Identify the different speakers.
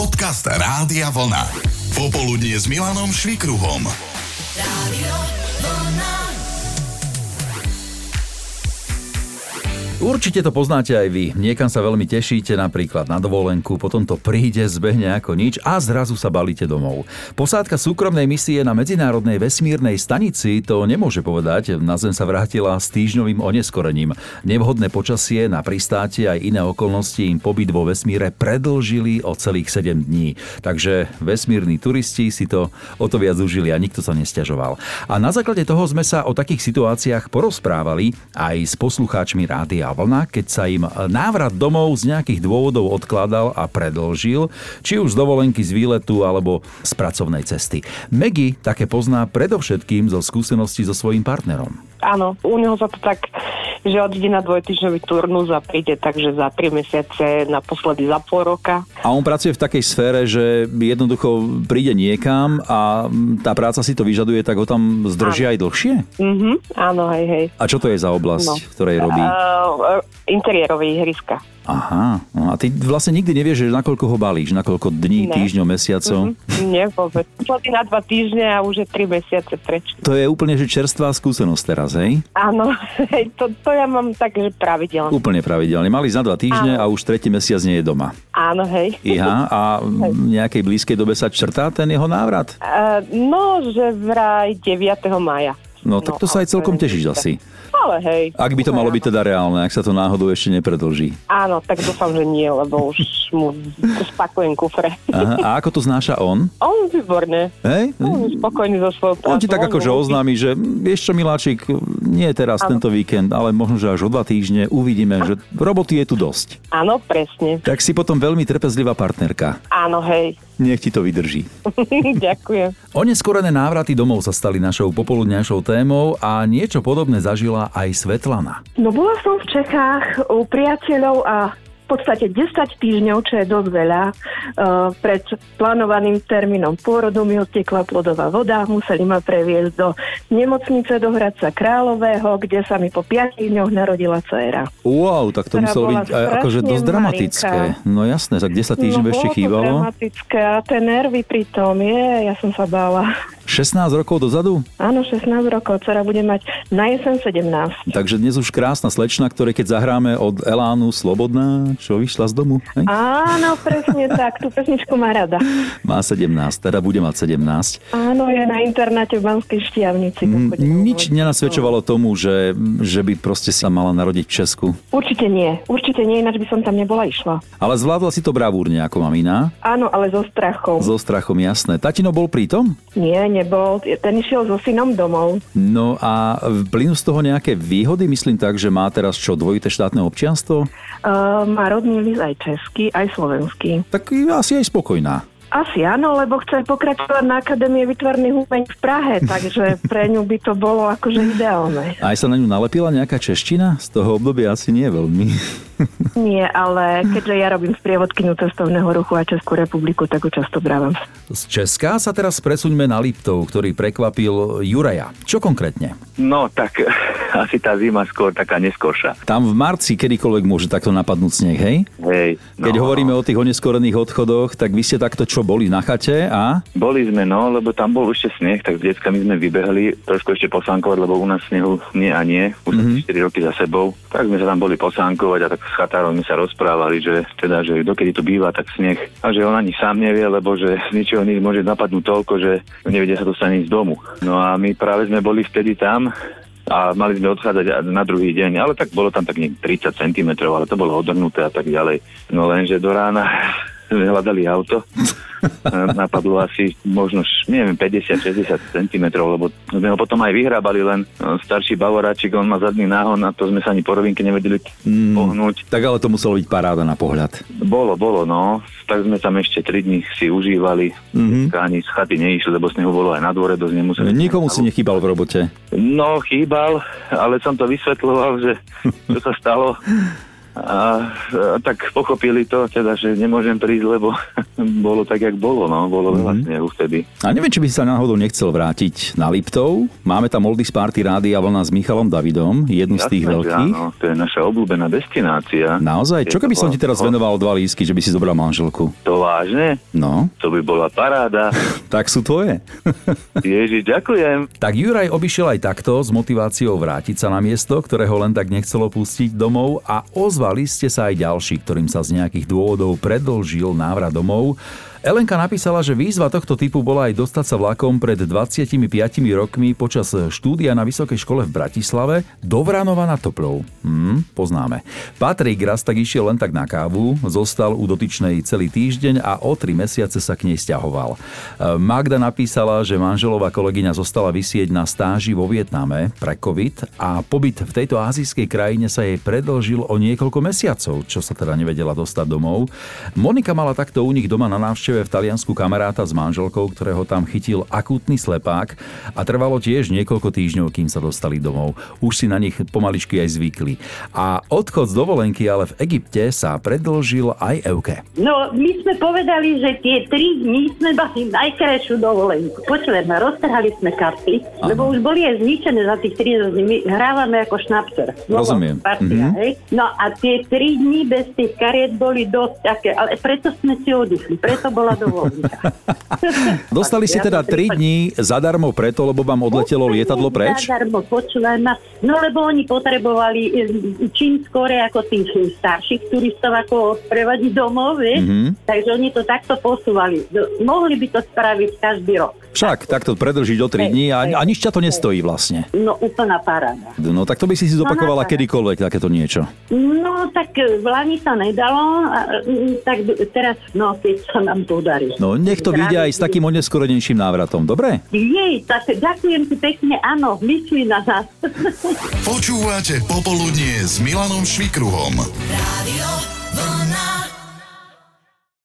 Speaker 1: podcast Rádia Vlna. Popoludnie s Milanom Švikruhom.
Speaker 2: Určite to poznáte aj vy. Niekam sa veľmi tešíte, napríklad na dovolenku, potom to príde, zbehne ako nič a zrazu sa balíte domov. Posádka súkromnej misie na Medzinárodnej vesmírnej stanici to nemôže povedať, na Zem sa vrátila s týždňovým oneskorením. Nevhodné počasie na pristáte aj iné okolnosti im pobyt vo vesmíre predlžili o celých 7 dní. Takže vesmírni turisti si to o to viac užili a nikto sa nestiažoval. A na základe toho sme sa o takých situáciách porozprávali aj s poslucháčmi Rádia Vlna vlna, keď sa im návrat domov z nejakých dôvodov odkladal a predlžil, či už z dovolenky z výletu alebo z pracovnej cesty. Megy také pozná predovšetkým zo skúseností so svojím partnerom.
Speaker 3: Áno, u neho sa to tak, že odíde na dvojtyžňový turnus a príde takže za 3 mesiace, naposledy za pol roka.
Speaker 2: A on pracuje v takej sfére, že jednoducho príde niekam a tá práca si to vyžaduje, tak ho tam zdržia aj dlhšie?
Speaker 3: Mhm, áno, hej, hej.
Speaker 2: A čo to je za oblasť,
Speaker 3: No.
Speaker 2: v ktorej robí?
Speaker 3: Uh, interiérové ihriska.
Speaker 2: Aha, no a ty vlastne nikdy nevieš, že nakoľko ho balíš, nakoľko dní,
Speaker 3: Ne.
Speaker 2: týždňov, mesiacov.
Speaker 3: Mhm, nie, vôbec. Posledy na dva týždne a už je 3 mesiace preč.
Speaker 2: To je úplne že čerstvá skúsenosť teraz, hej?
Speaker 3: Áno, hej, to, to ja mám tak, že pravidelne.
Speaker 2: Úplne pravidelne. Mali za dva týždne a už tretí mesiac nie je doma.
Speaker 3: Áno, hej.
Speaker 2: Iha, a v nejakej blízkej dobe sa črtá ten jeho návrat?
Speaker 3: Uh, no, že vraj 9. maja.
Speaker 2: No tak to sa
Speaker 3: ale
Speaker 2: aj celkom
Speaker 3: je
Speaker 2: tešíš
Speaker 3: niečo.
Speaker 2: asi.
Speaker 3: Ale hej.
Speaker 2: Ak by to malo byť teda reálne, ak sa to náhodou ešte nepredlží.
Speaker 3: Áno, tak dúfam, že nie, lebo už mu spakujem kufre.
Speaker 2: Aha, a ako to znáša on?
Speaker 3: On je výborné.
Speaker 2: Hej?
Speaker 3: On je spokojný so svojou prácou.
Speaker 2: On ti tak akože oznámi, že "Mm, vieš čo Miláčik, nie teraz tento víkend, ale možno, že až o dva týždne uvidíme, že roboty je tu dosť.
Speaker 3: Áno, presne.
Speaker 2: Tak si potom veľmi trpezlivá partnerka.
Speaker 3: Áno, hej.
Speaker 2: Nech ti to vydrží.
Speaker 3: Ďakujem.
Speaker 2: Oneskorené návraty domov sa stali našou popoludňajšou témou a niečo podobné zažila aj Svetlana.
Speaker 4: No bola som v Čechách u priateľov a v podstate 10 týždňov, čo je dosť veľa, e, pred plánovaným termínom pôrodu mi odtekla plodová voda, museli ma previesť do nemocnice do Hradca Králového, kde sa mi po 5 dňoch narodila dcéra.
Speaker 2: Wow, tak to
Speaker 4: Ktorá
Speaker 2: muselo
Speaker 4: bola
Speaker 2: byť aj akože
Speaker 4: strašne
Speaker 2: dosť dramatické.
Speaker 4: malinká.
Speaker 2: No jasné, tak 10 týždňov
Speaker 4: No,
Speaker 2: ešte
Speaker 4: bolo to
Speaker 2: chýbalo.
Speaker 4: dramatické a tie nervy pri tom, je, ja som sa bála.
Speaker 2: 16 rokov dozadu?
Speaker 4: Áno, 16 rokov, dcera bude mať na jesen 17.
Speaker 2: Takže dnes už krásna slečna, ktoré keď zahráme od Elánu Slobodná, čo vyšla z domu, hej?
Speaker 4: Áno, presne tak, tú pesničku má rada.
Speaker 2: má 17, teda bude mať 17.
Speaker 4: Áno, je na internáte v Banskej Štiavnici.
Speaker 2: Mm,
Speaker 4: pochodená
Speaker 2: Nič
Speaker 4: vojna.
Speaker 2: nenasvedčovalo tomu, že, že by proste sa mala narodiť v Česku.
Speaker 4: Určite nie, určite nie, ináč by som tam nebola išla.
Speaker 2: Ale zvládla si to bravúrne ako mamina,
Speaker 4: Áno, ale so strachom.
Speaker 2: so strachom jasné. Tatino bol pritom?
Speaker 4: Nie, nebol. Ten išiel so synom domov.
Speaker 2: No a plynú z toho nejaké výhody? Myslím tak, že má teraz čo, dvojité štátne občianstvo?
Speaker 4: Uh, má rodný list aj český, aj slovenský.
Speaker 2: Tak je asi aj spokojná.
Speaker 4: Asi áno, lebo chce pokračovať na Akadémie vytvarných umení v Prahe, takže pre ňu by to bolo akože ideálne.
Speaker 2: Aj sa na ňu nalepila nejaká čeština? Z toho obdobia asi nie veľmi.
Speaker 4: Nie, ale keďže ja robím sprievodkynu cestovného ruchu a Českú republiku, tak ju často brávam.
Speaker 2: Z Česka sa teraz presuňme na Liptov, ktorý prekvapil Juraja. Čo konkrétne?
Speaker 5: No tak asi tá zima skôr taká neskôrša.
Speaker 2: Tam v marci kedykoľvek môže takto napadnúť sneh, hej?
Speaker 5: Hej, no,
Speaker 2: Keď hovoríme o tých oneskorených odchodoch, tak vy ste takto čo boli na chate a
Speaker 5: Boli sme, no, lebo tam bol ešte sneh, tak s deckami sme vybehli trošku ešte posánkovať, lebo u nás snehu nie a nie, už mm-hmm. 4 roky za sebou. Tak sme sa tam boli posánkovať a tak s chatárom sme sa rozprávali, že teda, že dokedy tu býva, tak sneh. A že on ani sám nevie, lebo že z ničoho nič môže napadnúť toľko, že nevedia sa dostať ani z domu. No a my práve sme boli vtedy tam, a mali sme odchádzať na druhý deň, ale tak bolo tam tak niekde 30 cm, ale to bolo odhrnuté a tak ďalej. No lenže do rána sme hľadali auto, E, napadlo asi možno, š- neviem, 50-60 cm, lebo sme ho potom aj vyhrábali, len e, starší bavoráčik, on má zadný náhon a to sme sa ani po rovinke nevedeli
Speaker 2: Mm.
Speaker 5: pohnúť.
Speaker 2: tak ale to muselo byť paráda na pohľad.
Speaker 5: Bolo, bolo, no. Tak sme tam ešte 3 dní si užívali,
Speaker 2: Mhm. Hm,
Speaker 5: ani z chaty neišli, lebo snehu bolo aj na dvore, dosť nemuseli.
Speaker 2: Nikomu si nechýbal v robote.
Speaker 5: No, chýbal, ale som to vysvetľoval, že čo sa stalo. A a, a tak pochopili to, teda, že nemôžem prísť, lebo bolo tak, jak bolo,
Speaker 2: Mhm.
Speaker 5: no, bolo mm-hmm. veľa snehu vtedy.
Speaker 2: A neviem, či by si sa náhodou nechcel vrátiť na Liptov. Máme tam Oldies Party Rádia Vlna s Michalom Davidom, jednu z tých
Speaker 5: Jasné, že
Speaker 2: veľkých.
Speaker 5: Áno, to je naša obľúbená destinácia.
Speaker 2: Naozaj, čo keby som ti teraz venoval dva lísky, že by si zobral manželku?
Speaker 5: To vážne?
Speaker 2: No,
Speaker 5: To by bola paráda.
Speaker 2: tak sú tvoje.
Speaker 5: Ježiš, ďakujem.
Speaker 2: Tak Juraj obišiel aj takto s motiváciou vrátiť sa na miesto, ktoré ho len tak nechcelo pustiť domov a ozvali ste sa aj ďalší, ktorým sa z nejakých dôvodov predlžil návrat domov. Elenka napísala, že výzva tohto typu bola aj dostať sa vlakom pred 25 rokmi počas štúdia na Vysokej škole v Bratislave do Vranova na Topľov. Hm, poznáme. Patrik raz tak išiel len tak na kávu, zostal u dotyčnej celý týždeň a o tri mesiace sa k nej stiahoval. E, Magda napísala, že manželová kolegyňa zostala vysieť na stáži vo Vietname pre COVID a pobyt v tejto azijskej krajine sa jej predlžil o niekoľko mesiacov, čo sa teda nevedela dostať domov. Monika mala takto u nich doma na návšteve v Taliansku kamaráta s manželkou, ktorého tam chytil akútny slepák a trvalo tiež niekoľko týždňov, kým sa dostali domov. Už si na nich pomaličky aj zvykli. A odchod z dovolenky ale v Egypte sa predlžil aj Euke.
Speaker 6: No, my sme povedali, že tie tri dní sme mali najkrajšiu dovolenku. Počujeme, roztrhali sme karty,
Speaker 2: Áno.
Speaker 6: lebo už boli aj zničené za tých 13 dní. My hrávame ako šnapcer.
Speaker 2: Rozumiem. Mhm.
Speaker 6: Partia, hej? No a tie tri dní bez tých kariet boli dosť také, ale preto sme si oddychli, preto bola dovolenka.
Speaker 2: Dostali ste
Speaker 6: Ja
Speaker 2: teda
Speaker 6: som
Speaker 2: 3
Speaker 6: si fakt-
Speaker 2: dní zadarmo preto, lebo vám odletelo
Speaker 6: Úplne
Speaker 2: lietadlo preč?
Speaker 6: Zadarmo, počúvaj ma. No lebo oni potrebovali e, čím skore ako tých starších turistov ako prevadiť domov, vieš?
Speaker 2: Mhm.
Speaker 6: Takže oni to takto posúvali. Do- Mohli by to spraviť každý rok.
Speaker 2: Však, takto predlžiť o 3
Speaker 6: Hej,
Speaker 2: dní a,
Speaker 6: hej.
Speaker 2: a nič ťa to nestojí vlastne.
Speaker 6: No úplná paráda.
Speaker 2: No tak to by si si zopakovala
Speaker 6: naozaj.
Speaker 2: kedykoľvek takéto niečo.
Speaker 6: No tak e, v Lani sa nedalo, a, mm, tak d- teraz, no keď sa nám podarí.
Speaker 2: No nech to vyjde aj s takým oneskorenejším návratom, dobre?
Speaker 6: Jej, tak ďakujem ti pekne, áno, myslí na nás.
Speaker 1: Počúvate Popoludnie s Milanom Švikruhom.
Speaker 7: Rádio